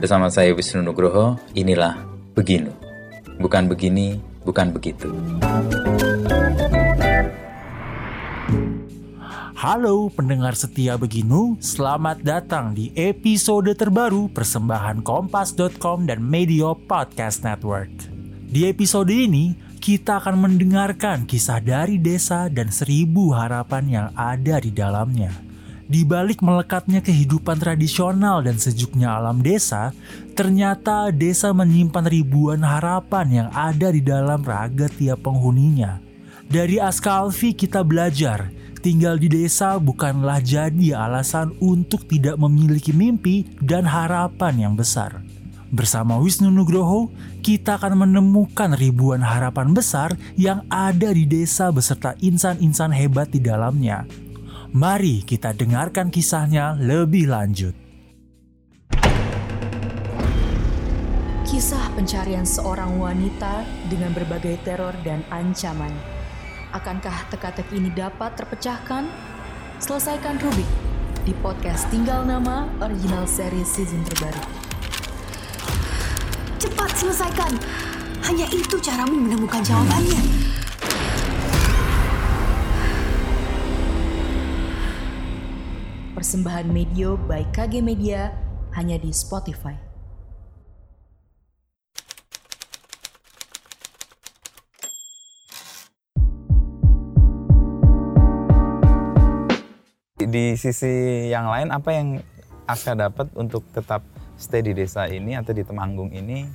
Bersama saya Wisnu Nugroho, inilah Beginu. Bukan begini, bukan begitu. Halo pendengar setia Beginu, selamat datang di episode terbaru persembahan Kompas.com dan Media Podcast Network. Di episode ini, kita akan mendengarkan kisah dari desa dan seribu harapan yang ada di dalamnya. Di balik melekatnya kehidupan tradisional dan sejuknya alam desa, ternyata desa menyimpan ribuan harapan yang ada di dalam raga tiap penghuninya. Dari Askalfi kita belajar, tinggal di desa bukanlah jadi alasan untuk tidak memiliki mimpi dan harapan yang besar. Bersama Wisnu Nugroho, kita akan menemukan ribuan harapan besar yang ada di desa beserta insan-insan hebat di dalamnya. Mari kita dengarkan kisahnya lebih lanjut. Kisah pencarian seorang wanita dengan berbagai teror dan ancaman. Akankah teka-teki ini dapat terpecahkan? Selesaikan Rubik di podcast Tinggal Nama original seri season terbaru. Cepat selesaikan. Hanya itu caramu menemukan jawabannya. Persembahan Medio by KG Media hanya di Spotify. Di sisi yang lain apa yang Aka dapat untuk tetap stay di desa ini atau di Temanggung ini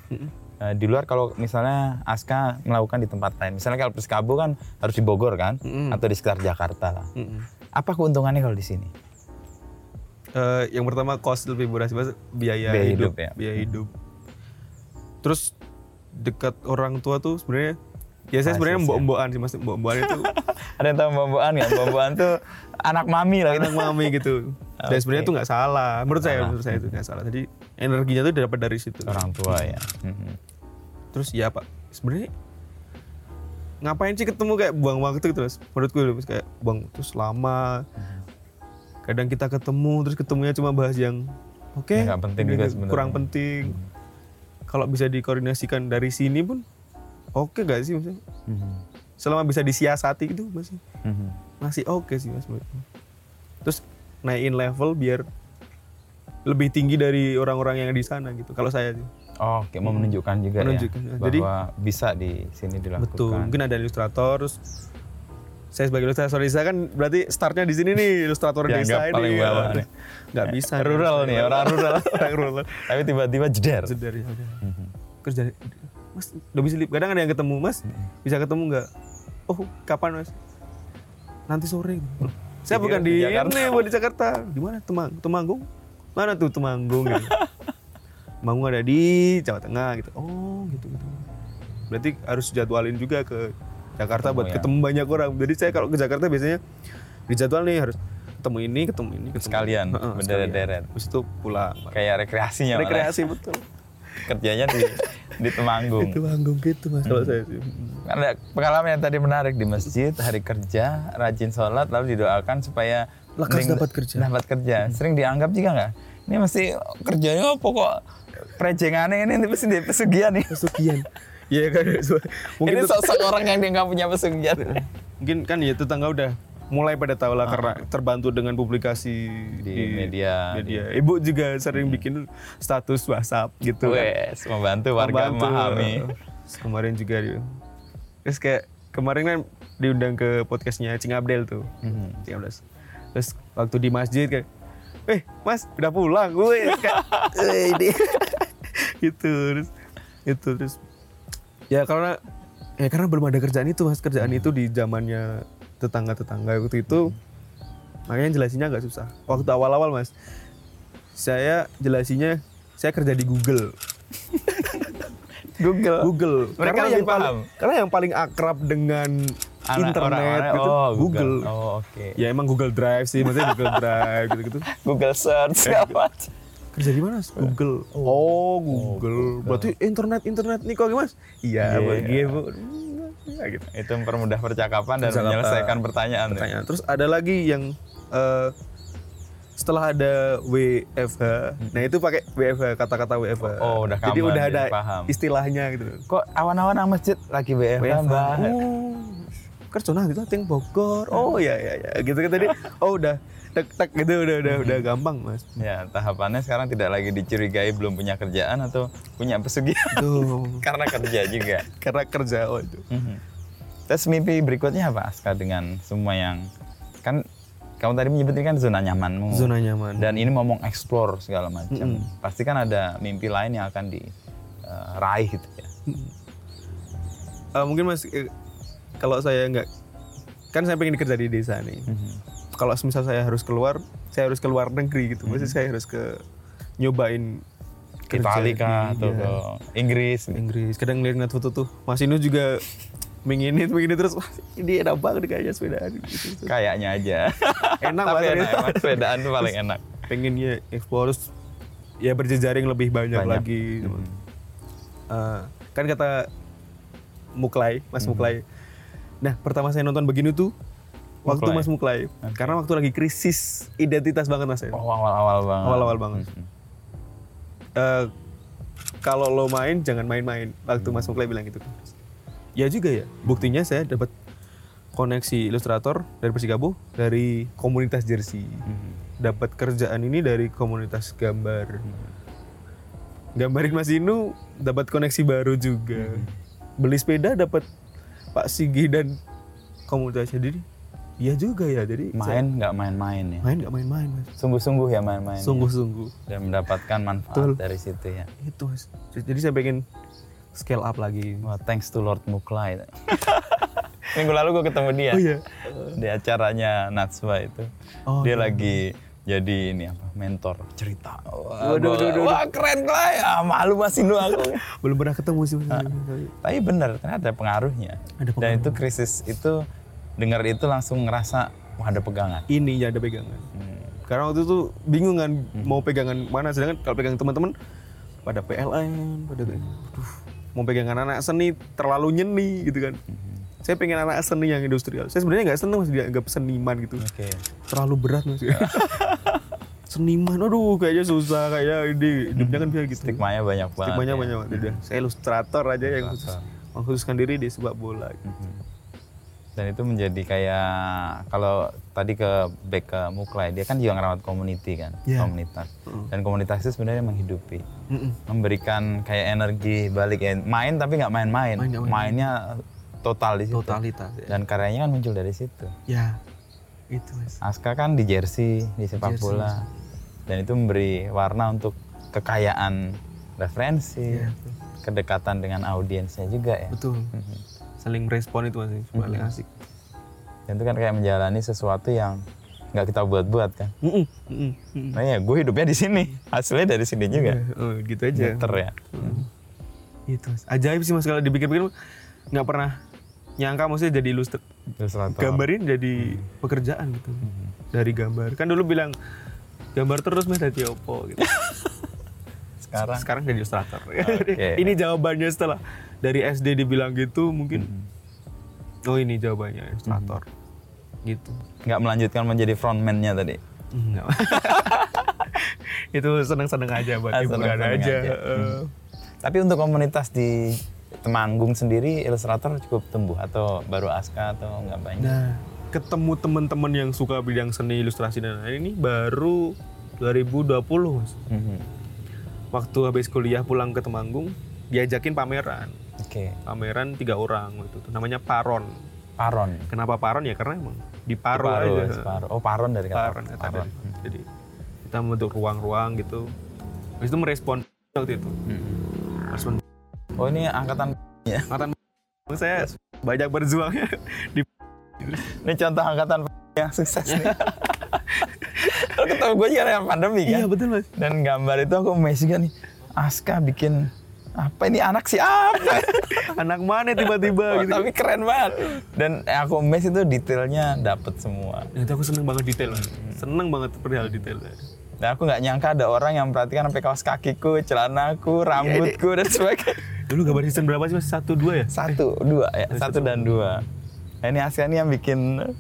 eh, di luar kalau misalnya Aska melakukan di tempat lain misalnya kalau Persikabo kan harus di Bogor kan atau di sekitar Jakarta lah apa keuntungannya kalau di sini Eh, yang pertama cost lebih murah sih mas biaya, Biaya hidup, hidup, ya. biaya hidup terus dekat orang tua tuh sebenarnya ya Basis saya sebenarnya ya. mbok-mbokan sih mas mbok-mbokan itu ada yang tahu Mbak nggak Mbak tuh anak mami lah gitu anak mami gitu Oke. dan Ah. sebenarnya itu nggak salah menurut saya menurut saya itu nggak salah jadi energinya tuh dapat dari situ orang tua ya Mhm. terus ya pak sebenarnya ngapain sih ketemu kayak buang waktu gitu mas menurutku gitu, Mas. kayak buang terus lama kadang kita ketemu terus ketemunya cuma bahas yang oke Ya, nggak penting ini juga sebenarnya. Hmm. kurang penting kalau bisa dikoordinasikan dari sini pun oke gak sih maksudnya Hmm. selama bisa disiasati gitu masih Mhm. masih oke sih mas menurutku. terus naikin level biar lebih tinggi dari orang-orang yang di sana gitu kalau saya sih Oke, mau menunjukkan juga Menunjukkan, ya ya. bahwa Jadi- bisa di sini dilakukan. Betul. Mungkin ada ilustrator. Terus saya sebagai ilustrator desa kan berarti startnya di sini nih ilustrator Dianggap desa Ya, ini. paling bawah Aduh, nih. Nggak bisa. Eh, Rural nih, orang rural. orang rural. Tapi tiba-tiba jeder. Terus dari ada. Mhm. Kerja. Mas, udah bisa lip. Kadang ada yang ketemu, Mas. Mhm. Bisa ketemu nggak? Oh, kapan, Mas? Nanti sore. Loh, Saya Jadi bukan di di Jakarta. ini, bukan di Jakarta. Di mana? Temang, Temanggung. Mana tuh Temanggung? Gitu. Temanggung ada di Jawa Tengah gitu. Oh, gitu gitu. Berarti harus jadwalin juga ke Jakarta Ketemu buat ya. ketemu banyak orang. Jadi saya kalau ke Jakarta biasanya dijadwal nih harus ketemu ini, ketemu ini, ketemu Sekalian, Heeh, berderet-deret. sekalian. Habis itu pulang. Kayak rekreasinya. malah. Rekreasi betul. Kerjanya di di Temanggung. Itu panggung gitu mas kalau saya sih. Ada pengalaman yang tadi menarik di masjid, hari kerja, rajin sholat, lalu didoakan supaya Lekas mending- dapat kerja. Hmm. Dapat kerja. Sering dianggap juga nggak? Ini mesti kerjanya apa kok? Prejengannya ini ini mesti di pesugihan nih. Pesugihan. Iya kan mungkin Ini tet- sosok orang yang dia nggak punya pesugihan. mungkin kan ya tetangga udah mulai pada tahu lah karena terbantu dengan publikasi Ah. Di media, Iya. media. Ibu juga sering bikin status WhatsApp gitu. kan. Wes, membantu warga Membantu. memahami. Terus Kemarin juga dia. Terus kayak kemarin kan diundang ke podcastnya Cing Abdel tuh. Mhm. Cing Abdel. Terus waktu di masjid kayak, eh mas udah pulang gue. Kayak, "Eh, ini. gitu terus itu terus ya karena ya karena belum ada kerjaan itu mas kerjaan Mhm. itu di zamannya tetangga-tetangga waktu itu makanya jelasinnya agak susah waktu awal-awal mas saya jelasinnya saya kerja di Google Google. Google. Mereka karena lebih yang paling paham. karena yang paling akrab dengan Anak- internet orang-orang- gitu oh, Google. Google. Oh, oke. Ya emang Google Drive sih, maksudnya Google Drive gitu-gitu. Google search apa? Kerja di mana? Mas? Google. Oh, Google. Berarti internet internet nih kok Mas? Iya, Iya. bagi Bu. Ya, gitu. Itu mempermudah percakapan dan Percakapan. ya. menyelesaikan pertanyaan. Pertanyaan. Terus ada lagi yang eh, setelah ada WFH, nah itu pakai WFH kata-kata WFH. Hmm. Oh, udah Jadi kabar, udah jadi ada paham. istilahnya gitu. Kok awan-awan nang masjid lagi WFH, Mbak? Oh, kerjona di Lating Bogor. Hmm. Oh ya ya ya gitu kan tadi. Oh udah tek tek gitu udah udah udah Hmm. gampang mas. Ya, tahapannya sekarang tidak lagi dicurigai belum punya kerjaan atau punya pesugihan Tuh karena kerja juga. karena kerja oh itu. Mhm. Terus mimpi berikutnya apa Aska dengan semua yang kan kamu tadi menyebutkan kan zona nyamanmu. Zona nyaman. Dan ini ngomong explore segala macam. Pasti kan ada mimpi lain yang akan diraih gitu ya. Eh, mungkin mas eh, kalau saya nggak kan saya pengen kerja di desa nih Mhm. kalau misal saya harus keluar saya harus keluar Mhm. negeri gitu maksudnya saya harus ke nyobain Ke kerja Itali di- kah atau iya, ke Inggris gitu. Inggris kadang ngeliat foto tuh Mas Inu juga minginin minginin terus wah ini enak banget kayaknya sepedaan gitu. Kayaknya aja. enak Tapi banget enak, ternyata. emang sepedaan tuh paling enak. pengen ya explore terus ya berjejaring lebih banyak, Banyak. Mm-hmm. lagi Eh, kan kata Muklai Mm-hmm. Mas Muklai nah pertama saya nonton begini tuh waktu Muklai. Mas Muklai karena waktu lagi krisis identitas banget Mas Oh, awal-awal banget. awal-awal banget Eh, kalau lo main jangan main-main waktu Mas Muklai bilang gitu ya juga ya buktinya saya dapat koneksi ilustrator dari Persikabo dari komunitas jersey Mm-hmm. dapat kerjaan ini dari komunitas gambar Mm-hmm. gambarin Mas Inu dapat koneksi baru juga Mm-hmm. beli sepeda dapat Pak Sigi dan komunitasnya jadi ya juga ya jadi saya Main nggak main-main ya. main nggak main-main mas Sungguh-sungguh ya main-main. ya. sungguh-sungguh dan mendapatkan manfaat Betul. dari situ ya. itu mas jadi saya pengen scale up lagi Wah, thanks to Lord Muklai. Minggu lalu gue ketemu dia oh iya di acaranya Natswa itu. Oh, dia iya. lagi jadi ini apa mentor cerita. Wah, gua- Waduh, waduh, waduh. wah keren Klai. Ah, malu masih nu aku. belum pernah ketemu sih mas Tapi bener, ternyata ada pengaruhnya. Ada Dan pengaruh. itu krisis itu dengar itu langsung ngerasa wah ada pegangan. ini ya ada pegangan karena waktu itu bingung kan mau pegangan mana sedangkan kalau pegang teman-teman pada PLN pada aduh, mau pegangan anak seni terlalu nyeni gitu kan saya pengen anak seni yang industrial saya sebenarnya nggak seneng mas dianggap seniman gitu Oke. terlalu berat mas seniman aduh kayaknya susah kayaknya ini hidupnya kan biasa gitu Stigmanya banyak banget. banyak ya. banyak banget udah saya iya. ilustrator aja yang khusus mengkhususkan diri di sepak bola gitu. dan itu menjadi kayak kalau tadi ke back ke Muklai dia kan juga ngerawat community kan Iya. komunitas dan komunitas itu sebenarnya menghidupi Mm-mm. memberikan kayak energi balik ya. main tapi nggak main-main Main nggak main-main. mainnya total di situ totalitas ya. dan karyanya kan muncul dari situ ya itu mas Aska kan di jersey di sepak Jersey. bola dan itu memberi warna untuk kekayaan referensi Iya, kedekatan dengan audiensnya juga ya betul saling respon itu mas paling asik dan itu kan kayak menjalani sesuatu yang nggak kita buat-buat kan Mm-mm, mm-mm, mm-mm. Nah ya, gue hidupnya di sini. Hasilnya dari sini juga. Oh, gitu aja Muter ya. itu mas ajaib sih mas kalau dipikir-pikir nggak pernah nyangka maksudnya jadi ilustrator Ilustrator. gambarin jadi pekerjaan gitu dari gambar kan dulu bilang gambar terus mas dari opo gitu Sekarang sekarang jadi ilustrator. Oke. ini jawabannya setelah dari SD dibilang gitu mungkin Hmm. oh ini jawabannya ilustrator. Hmm. Gitu. nggak melanjutkan menjadi frontman-nya tadi. Enggak. itu seneng-seneng aja buat Ah, hiburan seneng-seneng aja. aja. Hmm. Eh, Tapi untuk komunitas di Temanggung sendiri, ilustrator cukup tumbuh atau baru Aska atau nggak banyak? Nah, ketemu teman-teman yang suka bidang seni ilustrasi dan lain-lain ini baru 2020 Mas. Mhm. Waktu habis kuliah pulang ke Temanggung, diajakin pameran. Oke, Pameran tiga orang waktu itu. Namanya Paron. Paron. Kenapa Paron ya? Karena emang di Paro, Paron, aja. Paron. Oh, Paron dari kata Paron, kata dari. Jadi kita membentuk ruang-ruang gitu. Habis itu merespon waktu itu. Merespon. Oh, ini angkatan Angkatan saya banyak berjuangnya di ini contoh angkatan yang sukses nih. Lo ketemu gue juga dengan pandemi kan? Iya, betul Mas. dan gambar itu aku amazing kan nih Aska bikin apa ini anak siapa Anak mana tiba-tiba gitu. tapi keren banget dan yang aku amazed itu detailnya dapet semua Nah, itu aku seneng banget detail. Mas. Seneng banget perihal detailnya. dan aku nggak nyangka ada orang yang memperhatikan sampai kaos kakiku celanaku Iya, rambutku dan sebagainya Dulu gambar season berapa sih Mas? Satu dua ya? satu dua ya satu dan dua nah, ini Aska ini yang bikin eh,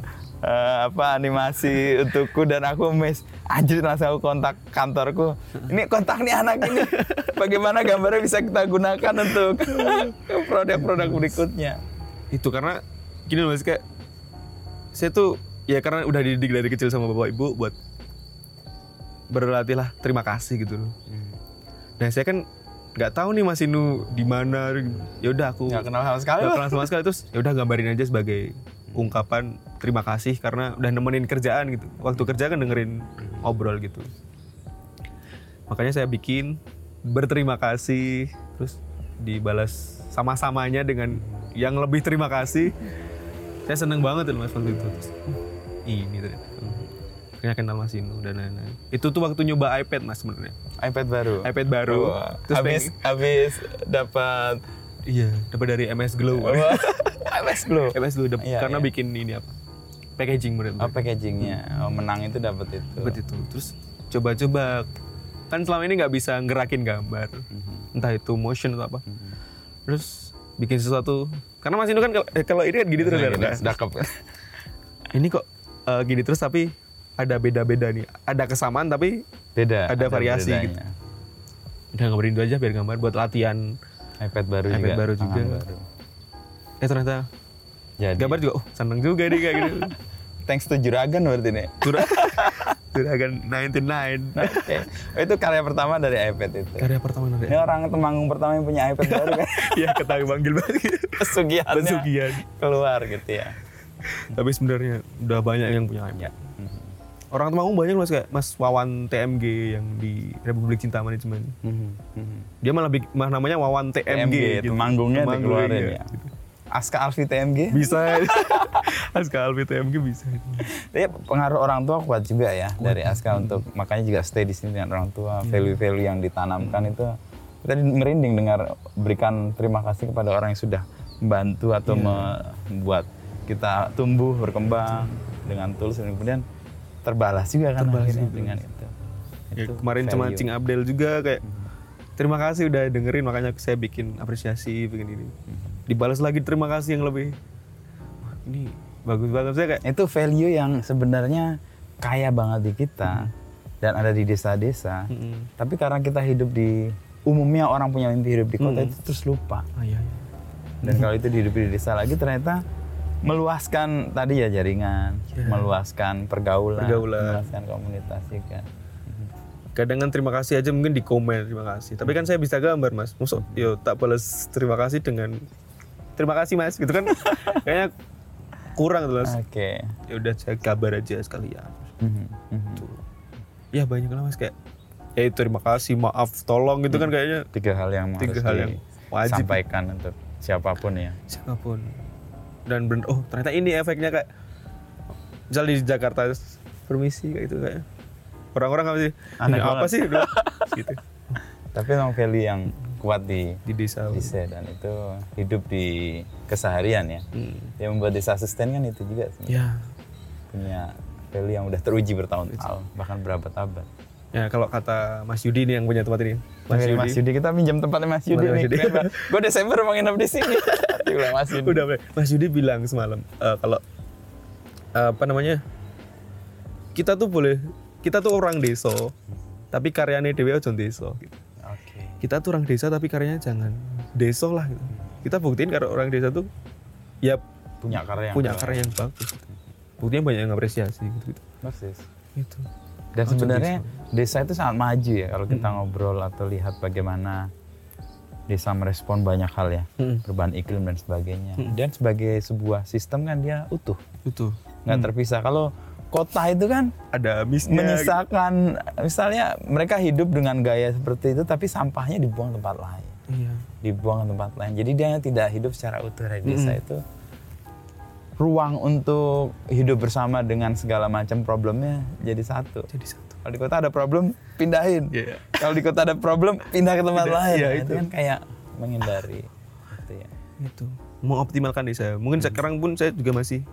eh, apa animasi untukku dan aku miss anjir langsung aku kontak kantorku ini kontak nih anak ini bagaimana gambarnya bisa kita gunakan untuk produk-produk berikutnya itu karena gini loh mas kayak saya tuh ya karena udah dididik dari kecil sama bapak ibu buat berlatih lah terima kasih gitu loh Hmm. nah saya kan nggak tahu nih Mas Inu di mana ya udah aku Nggak kenal sama sekali, nggak Mas. kenal sama sekali terus ya udah gambarin aja sebagai ungkapan terima kasih karena udah nemenin kerjaan gitu waktu kerja kan dengerin obrol gitu makanya saya bikin berterima kasih terus dibalas sama-samanya dengan yang lebih terima kasih saya seneng banget loh mas waktu itu Terus, "Hmm, ini ternyata Hmm. akhirnya kenal mas Inu dan lain-lain itu tuh waktu nyoba iPad mas sebenarnya iPad baru iPad baru Wah, terus habis pengen- habis dapat iya dapat dari MS Glow MS Glow MS Glow dap- Oh. Iya, karena iya. bikin ini apa packaging mereka oh, packagingnya oh, menang itu dapat itu Dapat itu Gitu. terus coba-coba kan selama ini nggak bisa ngerakin gambar entah itu motion atau apa terus bikin sesuatu karena mas Inu kan kalau- eh, kalau ini kan gini terus Nah, kan? ini sedekap. ini kok eh, gini terus tapi ada beda-beda nih ada kesamaan tapi beda Ada variasi bedanya. gitu. udah ngabarin dulu aja biar gambar buat latihan iPad baru iPad juga baru juga. tangan baru. eh ternyata jadi gambar juga oh seneng juga nih kayak gitu thanks to juragan berarti nih Jura- juragan 99 Nah, oke. Oh, itu karya pertama dari iPad itu karya pertama nanti ini orang Temanggung pertama yang punya iPad baru kan ya ketahui panggil banget pesugihannya Pesugihan. keluar gitu ya tapi sebenarnya udah banyak yang punya iPad ya orang Temanggung banyak mas kayak Mas Wawan TMG yang di Republik Cinta Manajemen Mm-hmm. dia malah bikin mah namanya Wawan TMG, gitu. Temanggungnya Temanggung, dikeluarin ya iya. Aska Alfi TMG bisa Aska Alfi TMG bisa Tapi pengaruh orang tua kuat juga ya dari Aska untuk makanya juga stay di sini dengan orang tua. Value-value yang ditanamkan itu kita merinding dengar berikan terima kasih kepada orang yang sudah membantu atau membuat kita tumbuh berkembang dengan tools dan kemudian terbalas juga kan akhirnya dengan itu. Ya, Itu kemarin cuma value. Mm-hmm. Cing Abdel juga kayak terima kasih udah dengerin makanya saya bikin apresiasi bikin ini Mm-hmm. dibalas lagi terima kasih yang lebih Wah, ini bagus banget saya kayak itu value yang sebenarnya kaya banget di kita dan ada di desa-desa. Tapi karena kita hidup di umumnya orang punya mimpi hidup di kota itu terus lupa. ah, iya, iya. Dan kalau itu dihidupi di desa lagi ternyata meluaskan tadi ya jaringan, meluaskan pergaulan, Iya. Pergaulan. meluaskan komunitas juga. kadang kan terima kasih aja mungkin di komen terima kasih tapi kan saya bisa gambar mas musuh yo tak balas terima kasih dengan terima kasih mas gitu kan kayaknya kurang terus Oke. ya udah saya kabar aja sekalian Mhm, mhm. Tuh. ya banyak lah mas kayak ya terima kasih maaf tolong gitu kan kayaknya Tiga hal yang Tiga harus hal yang wajib. disampaikan untuk siapapun ya. siapapun dan bener oh ternyata ini efeknya kayak misal di Jakarta permisi kayak gitu kayak orang-orang apa sih Aneh "Ini apa banget." sih Udah, gitu Tapi memang value yang kuat di di desa desa dan itu hidup di keseharian ya. Hmm. Yang membuat desa sustain kan itu juga sebenarnya. ya punya value yang udah teruji bertahun-tahun bahkan berabad-abad. Ya kalau kata Mas Yudi nih yang punya tempat ini. Mas Yudi. Mas Yudi kita pinjam tempatnya Mas Yudi Tempatnya nih. Mas Yudi. Gue Desember mau nginep di sini. Diulang Mas Yudi. Udah, Bre. Mas Yudi bilang semalam eh, kalau eh, apa namanya? Kita tuh boleh kita tuh orang desa, tapi karyanya dewe aja desa gitu. Oke. Kita tuh orang desa tapi karyanya jangan desa lah gitu. Kita buktiin kalau orang desa tuh ya Punya karya. yang punya bagus. karya yang bagus. Gitu. Buktinya banyak yang apresiasi gitu. gitu. Persis. Gitu. Dan Oh, sebenarnya desa itu sangat maju ya kalau kita Hmm. ngobrol atau lihat bagaimana desa merespon banyak hal ya, Mm-mm. perubahan iklim dan sebagainya. Hmm. Dan sebagai sebuah sistem kan dia utuh, Itu nggak Hmm. terpisah. Kalau kota itu kan ada habisnya. menyisakan, misalnya mereka hidup dengan gaya seperti itu, tapi sampahnya dibuang tempat lain. gitu. Iya. dibuang ke tempat lain. Jadi dia tidak hidup secara utuh dari desa itu. Ruang untuk hidup bersama dengan segala macam problemnya jadi satu. Jadi satu. Kalau di kota ada problem, pindahin. Iya. Kalau di kota ada problem, pindah ke tempat Pindah, lain. iya, Nah, itu. itu. kan kayak menghindari. gitu Hmm. ya. itu mengoptimalkan desa mungkin sekarang pun saya juga masih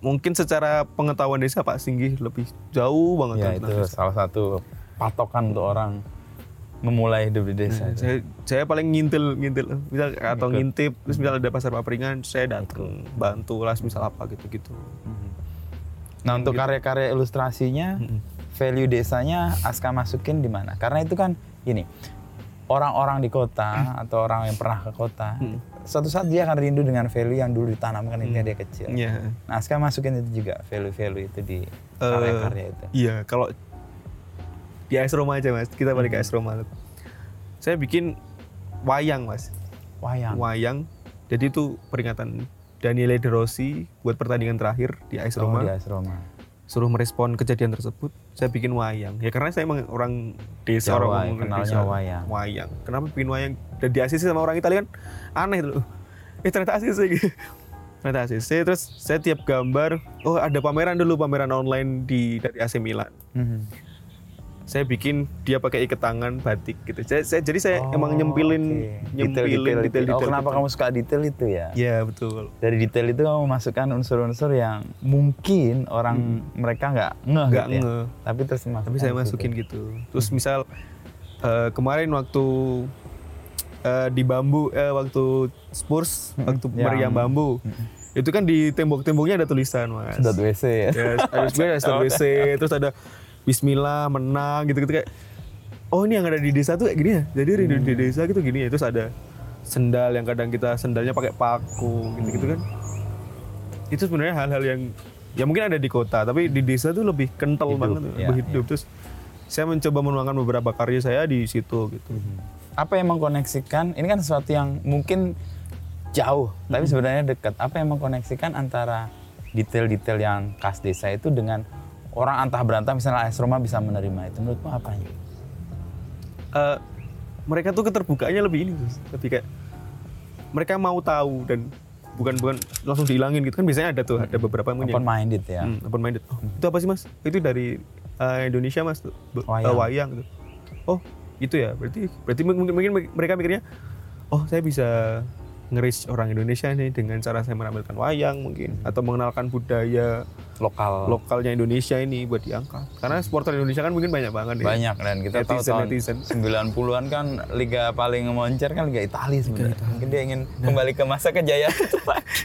mungkin secara pengetahuan desa Pak Singgih lebih jauh banget Ya, itu tentang desa. salah satu patokan untuk orang memulai hidup di desa. Nah, itu. saya saya paling ngintil ngintil misal atau ngintip terus misal ada pasar papringan saya datang bantu lah misal apa gitu gitu Mhm. Nah untuk karya-karya ilustrasinya, value desanya Aska masukin di mana? Karena itu kan gini, orang-orang di kota Mm. atau orang yang pernah ke kota, suatu saat dia akan rindu dengan value yang dulu ditanamkan ketika dia kecil. Iya. Nah Aska masukin itu juga value-value itu di Eh, karya-karya itu. Iya, kalau di AS Roma aja mas, kita balik ke AS Hmm. Roma. Saya bikin wayang mas, Wayang. wayang. Jadi itu peringatan Daniele De Rossi buat pertandingan terakhir di AS Oh, Roma. di AS Roma. Suruh merespon kejadian tersebut, saya bikin wayang. Ya karena saya emang orang desa, Jawa, ya, orang orang kenalnya wayang. Wayang. Kenapa bikin wayang? Dan di ACC sama orang Italia kan aneh tuh. loh. Eh ternyata ACC gitu. Ternyata ACC. Terus saya tiap gambar, oh ada pameran dulu, pameran online di dari AC Milan. Mhm. Eh, saya bikin dia pakai ikat tangan batik gitu. Saya, saya- jadi saya Oh, emang nyempilin oke. nyempilin Detail-detail detail-detail. itu. gitu. Oh, kenapa kamu suka detail itu ya? Ya betul. Dari detail itu kamu masukkan unsur-unsur yang mungkin orang mereka nggak ngeh Hmm. Nggak gitu ya. ngeh. Tapi terus dimasukkan Tapi saya di situ. masukin gitu. Terus misal eh, kemarin waktu eh, di bambu eh, waktu Spurs waktu Yang- meriam bambu itu kan di tembok-temboknya ada tulisan mas. Sedot WC ya. Ya, ada gue ada Star WC, terus ada Bismillah menang gitu-gitu kayak oh ini yang ada di desa tuh kayak gini ya jadi rindu Hmm. di desa gitu gini ya terus ada sendal yang kadang kita sendalnya pakai paku gitu-gitu kan itu sebenarnya hal-hal yang ya mungkin ada di kota tapi di desa tuh lebih kental banget ya, lebih hidup terus saya mencoba menuangkan beberapa karya saya di situ gitu Hmm. Apa yang mengkoneksikan? Ini kan sesuatu yang mungkin jauh, tapi Hmm. sebenarnya dekat. Apa yang mengkoneksikan antara detail-detail yang khas desa itu dengan orang antah berantah misalnya AS Roma bisa menerima itu menurutmu apa ya? Eh, mereka tuh keterbukaannya lebih ini Sus. lebih kayak mereka mau tahu dan bukan bukan langsung dihilangin gitu kan biasanya ada tuh ada beberapa yang Hmm. Open minded ya. Hmm, open minded. Oh, itu apa sih mas? Itu dari eh, Indonesia mas, tuh. Be- eh, Wayang. wayang. gitu. Oh, itu ya. Berarti berarti mungkin, mungkin mereka mikirnya, oh saya bisa nge-reach orang Indonesia nih dengan cara saya menampilkan wayang mungkin Hmm. atau mengenalkan budaya Lokal. lokalnya Indonesia ini buat diangkat. Karena supporter Indonesia kan mungkin banyak banget ya. banyak dan kita tahu Netizen, tahun netizen. 90-an kan liga paling moncer kan liga Italia sebenarnya. Mungkin dia ingin kembali ke masa kejayaan itu lagi.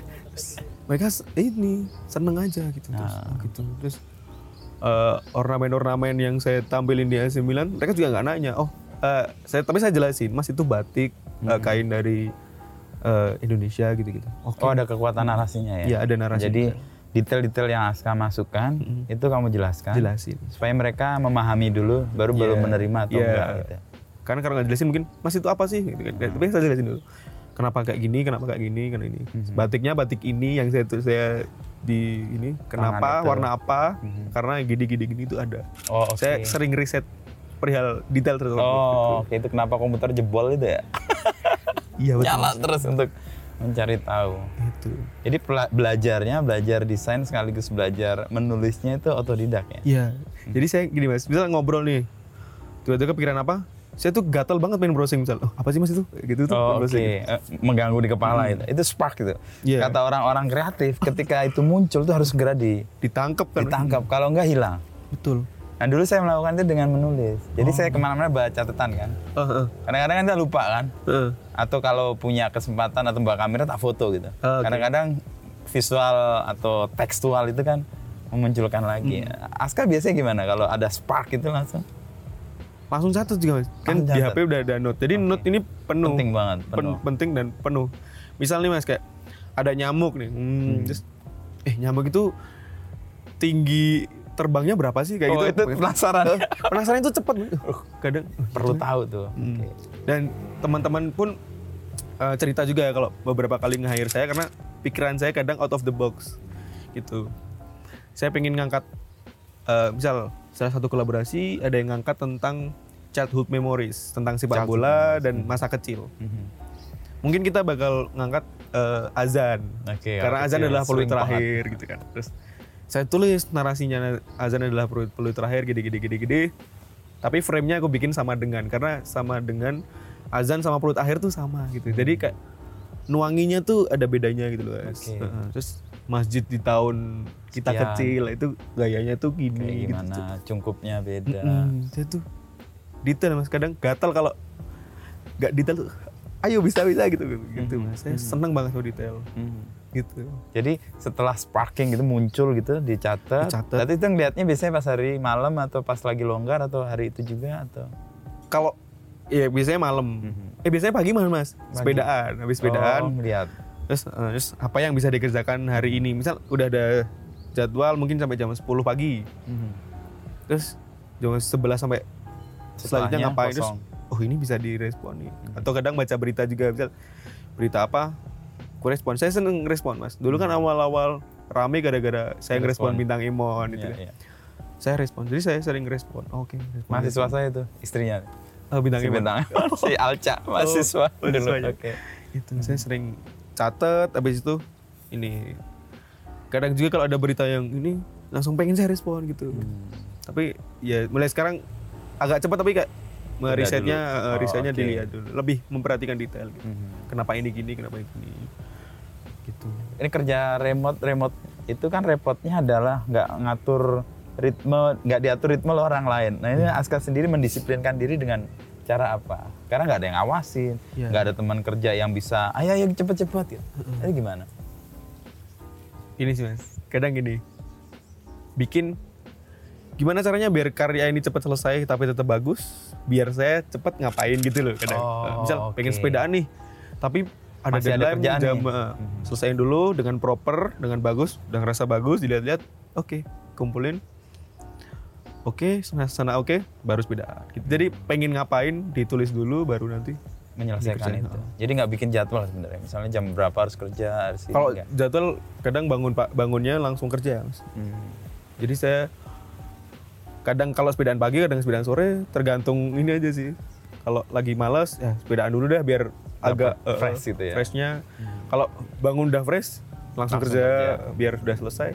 Mereka se- ini seneng aja gitu terus gitu terus eh, ornamen-ornamen yang saya tampilin di AC Milan mereka juga nggak nanya oh eh, saya tapi saya jelasin mas itu batik eh, kain dari eh, Indonesia gitu-gitu oke Oh ada kekuatan narasinya ya. Iya, ada narasi Jadi detail-detail yang Aska masukkan itu kamu jelaskan. jelasin Supaya mereka memahami dulu baru baru Iya. menerima atau Iya. enggak gitu. Hmm. Karena kalau nggak jelasin mungkin Mas itu apa sih? Gitu kan. Tapi saya jelasin dulu. Kenapa kayak gini? Kenapa kayak gini? Karena ini. Hmm. Batiknya batik ini yang saya saya di ini. Kenapa? itu. Hmm. Warna apa? Karena gini gini gini itu ada. Oh, oke. Saya sering riset perihal detail tersebut. Oh, oke itu kenapa komputer jebol itu ya? Iya betul. Nyala terus untuk mencari tahu. Itu. Jadi pela- belajarnya belajar desain sekaligus belajar menulisnya itu otodidak ya. Iya. Jadi saya gini mas, misal ngobrol nih, tiba-tiba kepikiran apa? Saya tuh gatal banget main browsing misal. Oh, apa sih mas itu? Gitu tuh Oh, main Oke, browsing. Eh, mengganggu di kepala itu. Itu spark gitu. Iya. Kata orang-orang kreatif, ketika itu muncul tuh harus segera di- Ditangkep kan? ditangkap. Kalau enggak hilang. Betul. Nah dulu saya melakukan itu dengan menulis. Oh. Jadi saya kemana-mana bawa catatan kan. Heeh. Kadang-kadang kan saya lupa kan. Heeh. Atau kalau punya kesempatan atau bawa kamera tak foto gitu. Ah, oke. Kadang-kadang visual atau tekstual itu kan memunculkan lagi. Hmm. Aska biasanya gimana kalau ada spark itu langsung? langsung catat juga mas kan Langsung di catat. HP udah ada note jadi note ini penuh Penting banget, penuh. penting dan penuh misal nih mas kayak ada nyamuk nih hmm, terus eh nyamuk itu tinggi terbangnya berapa sih kayak Oh, gitu itu penasaran. Eh, penasaran itu cepet Uh, kadang uh, Perlu tahu tuh. Oke. Hmm. Dan teman-teman pun eh, cerita juga kalau beberapa kali nge-hire saya karena pikiran saya kadang out of the box gitu. Saya pengen ngangkat eh, misal salah satu kolaborasi ada yang ngangkat tentang childhood memories tentang Childhood sepak Hmm. bola dan masa kecil. Mungkin kita bakal ngangkat eh, azan. Oke, waktu karena azan kecil adalah sering peluit banget. terakhir gitu kan. Terus saya tulis narasinya azan adalah peluit, peluit terakhir gede gede gede gede. Tapi framenya aku bikin sama dengan karena sama dengan azan sama peluit akhir tuh sama gitu. Hmm. Jadi kayak nuanginya tuh ada bedanya gitu loh. guys. Oke. Heeh. Terus masjid di tahun kita Sekian. kecil itu gayanya tuh Kayak gini gitu. gimana cungkupnya beda. Mm, saya tuh detail mas kadang gatal kalau nggak detail tuh ayo bisa bisa gitu gitu mas saya seneng banget sama detail Hmm. gitu. Jadi setelah sparking gitu muncul gitu dicatat. Dicatat. Tapi itu ngeliatnya biasanya pas hari malam atau pas lagi longgar atau hari itu juga atau Kalau ya biasanya malam. Eh biasanya pagi mana mas? Sepedaan, habis sepedaan. Mhm. Oh, Mhm. melihat. Terus, eh, terus apa yang bisa dikerjakan hari ini? Misal udah ada jadwal mungkin sampai jam 10 pagi. Mhm. Terus jam 11 sampai selanjutnya Setelahnya ngapain? kosong. Mhm. Terus oh ini bisa direspon nih. Atau kadang baca berita juga misal berita apa? Ku respon. Saya seneng respon mas. Dulu Mhm. kan awal-awal rame gara-gara saya Respon. ngerespon bintang Imon gitu. Iya, kan. iya. Saya respon. Jadi saya sering respon. Oke. respon, Mahasiswa respon. saya itu istrinya. Oh, bintang Si Imon. Bintang. si Alca mahasiswa. Oh, dulu. mahasiswanya. Oke. itu saya sering catet habis itu ini kadang juga kalau ada berita yang ini langsung pengen saya respon gitu Hmm. tapi ya mulai sekarang agak cepat tapi kayak merisetnya dulu. eh, Oh, risetnya oke. Hmm. dilihat dulu lebih memperhatikan detail gitu. kenapa ini gini kenapa ini gini gitu Ini kerja remote remote itu kan repotnya adalah nggak ngatur ritme, nggak diatur ritme oleh orang lain. Nah ini Hmm. Aska sendiri mendisiplinkan diri dengan cara apa? Karena nggak ada yang awasin, Iya. Hmm. nggak ada teman kerja yang bisa, ayo ayo cepet-cepet gitu. Jadi gimana? ini sih mas kadang gini bikin gimana caranya biar karya ini cepat selesai tapi tetap bagus biar saya cepat ngapain gitu loh kadang Oh, misal oke. pengen sepedaan nih tapi ada Masih ada deadline kerjaan jam nih. Mhm. eh, selesaiin dulu dengan proper dengan bagus udah ngerasa bagus dilihat-lihat oke kumpulin oke sana sana oke baru sepedaan gitu. jadi pengen ngapain ditulis dulu baru nanti menyelesaikan Dikerjain, itu. Jadi nggak bikin jadwal sebenarnya. Misalnya jam berapa harus kerja, harus ini, kalau nggak. jadwal kadang bangun pak bangunnya langsung kerja mas Hmm. Jadi saya kadang kalau sepedaan pagi, kadang sepedaan sore, tergantung ini aja sih. Kalau lagi malas, ya sepedaan dulu dah biar agak eh, fresh gitu ya. Freshnya. Kalau bangun udah fresh, Langsung langsung, kerja, kerja. Hmm. biar sudah selesai.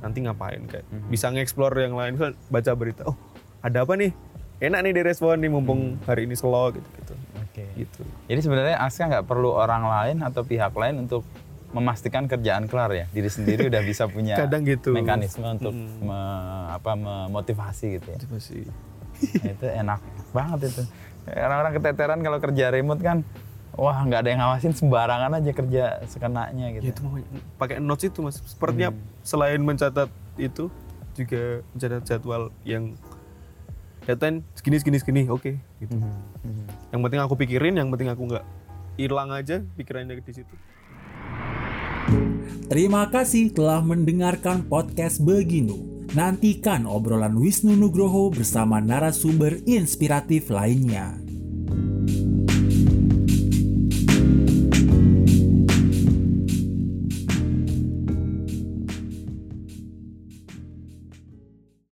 Nanti ngapain kayak bisa nge-explore yang lain, misal baca berita. Oh, ada apa nih? Enak nih direspon nih Hmm. mumpung hari ini slow gitu-gitu. Oke. Gitu. Jadi sebenarnya Aska nggak perlu orang lain atau pihak lain untuk memastikan kerjaan kelar ya. Diri sendiri udah bisa punya Kadang gitu. Hmm. mekanisme untuk me- apa memotivasi gitu ya. Itu masih Nah, itu enak banget itu. Orang-orang keteteran kalau kerja remote kan wah nggak ada yang ngawasin sembarangan aja kerja sekenanya gitu. Ya itu makanya pakai notes itu mas. Sepertinya selain mencatat itu juga mencatat jadwal yang deadline segini segini segini oke gitu. Yang penting aku pikirin, yang penting aku nggak hilang aja pikirannya di situ. Terima kasih telah mendengarkan podcast Beginu. Nantikan obrolan Wisnu Nugroho bersama narasumber inspiratif lainnya.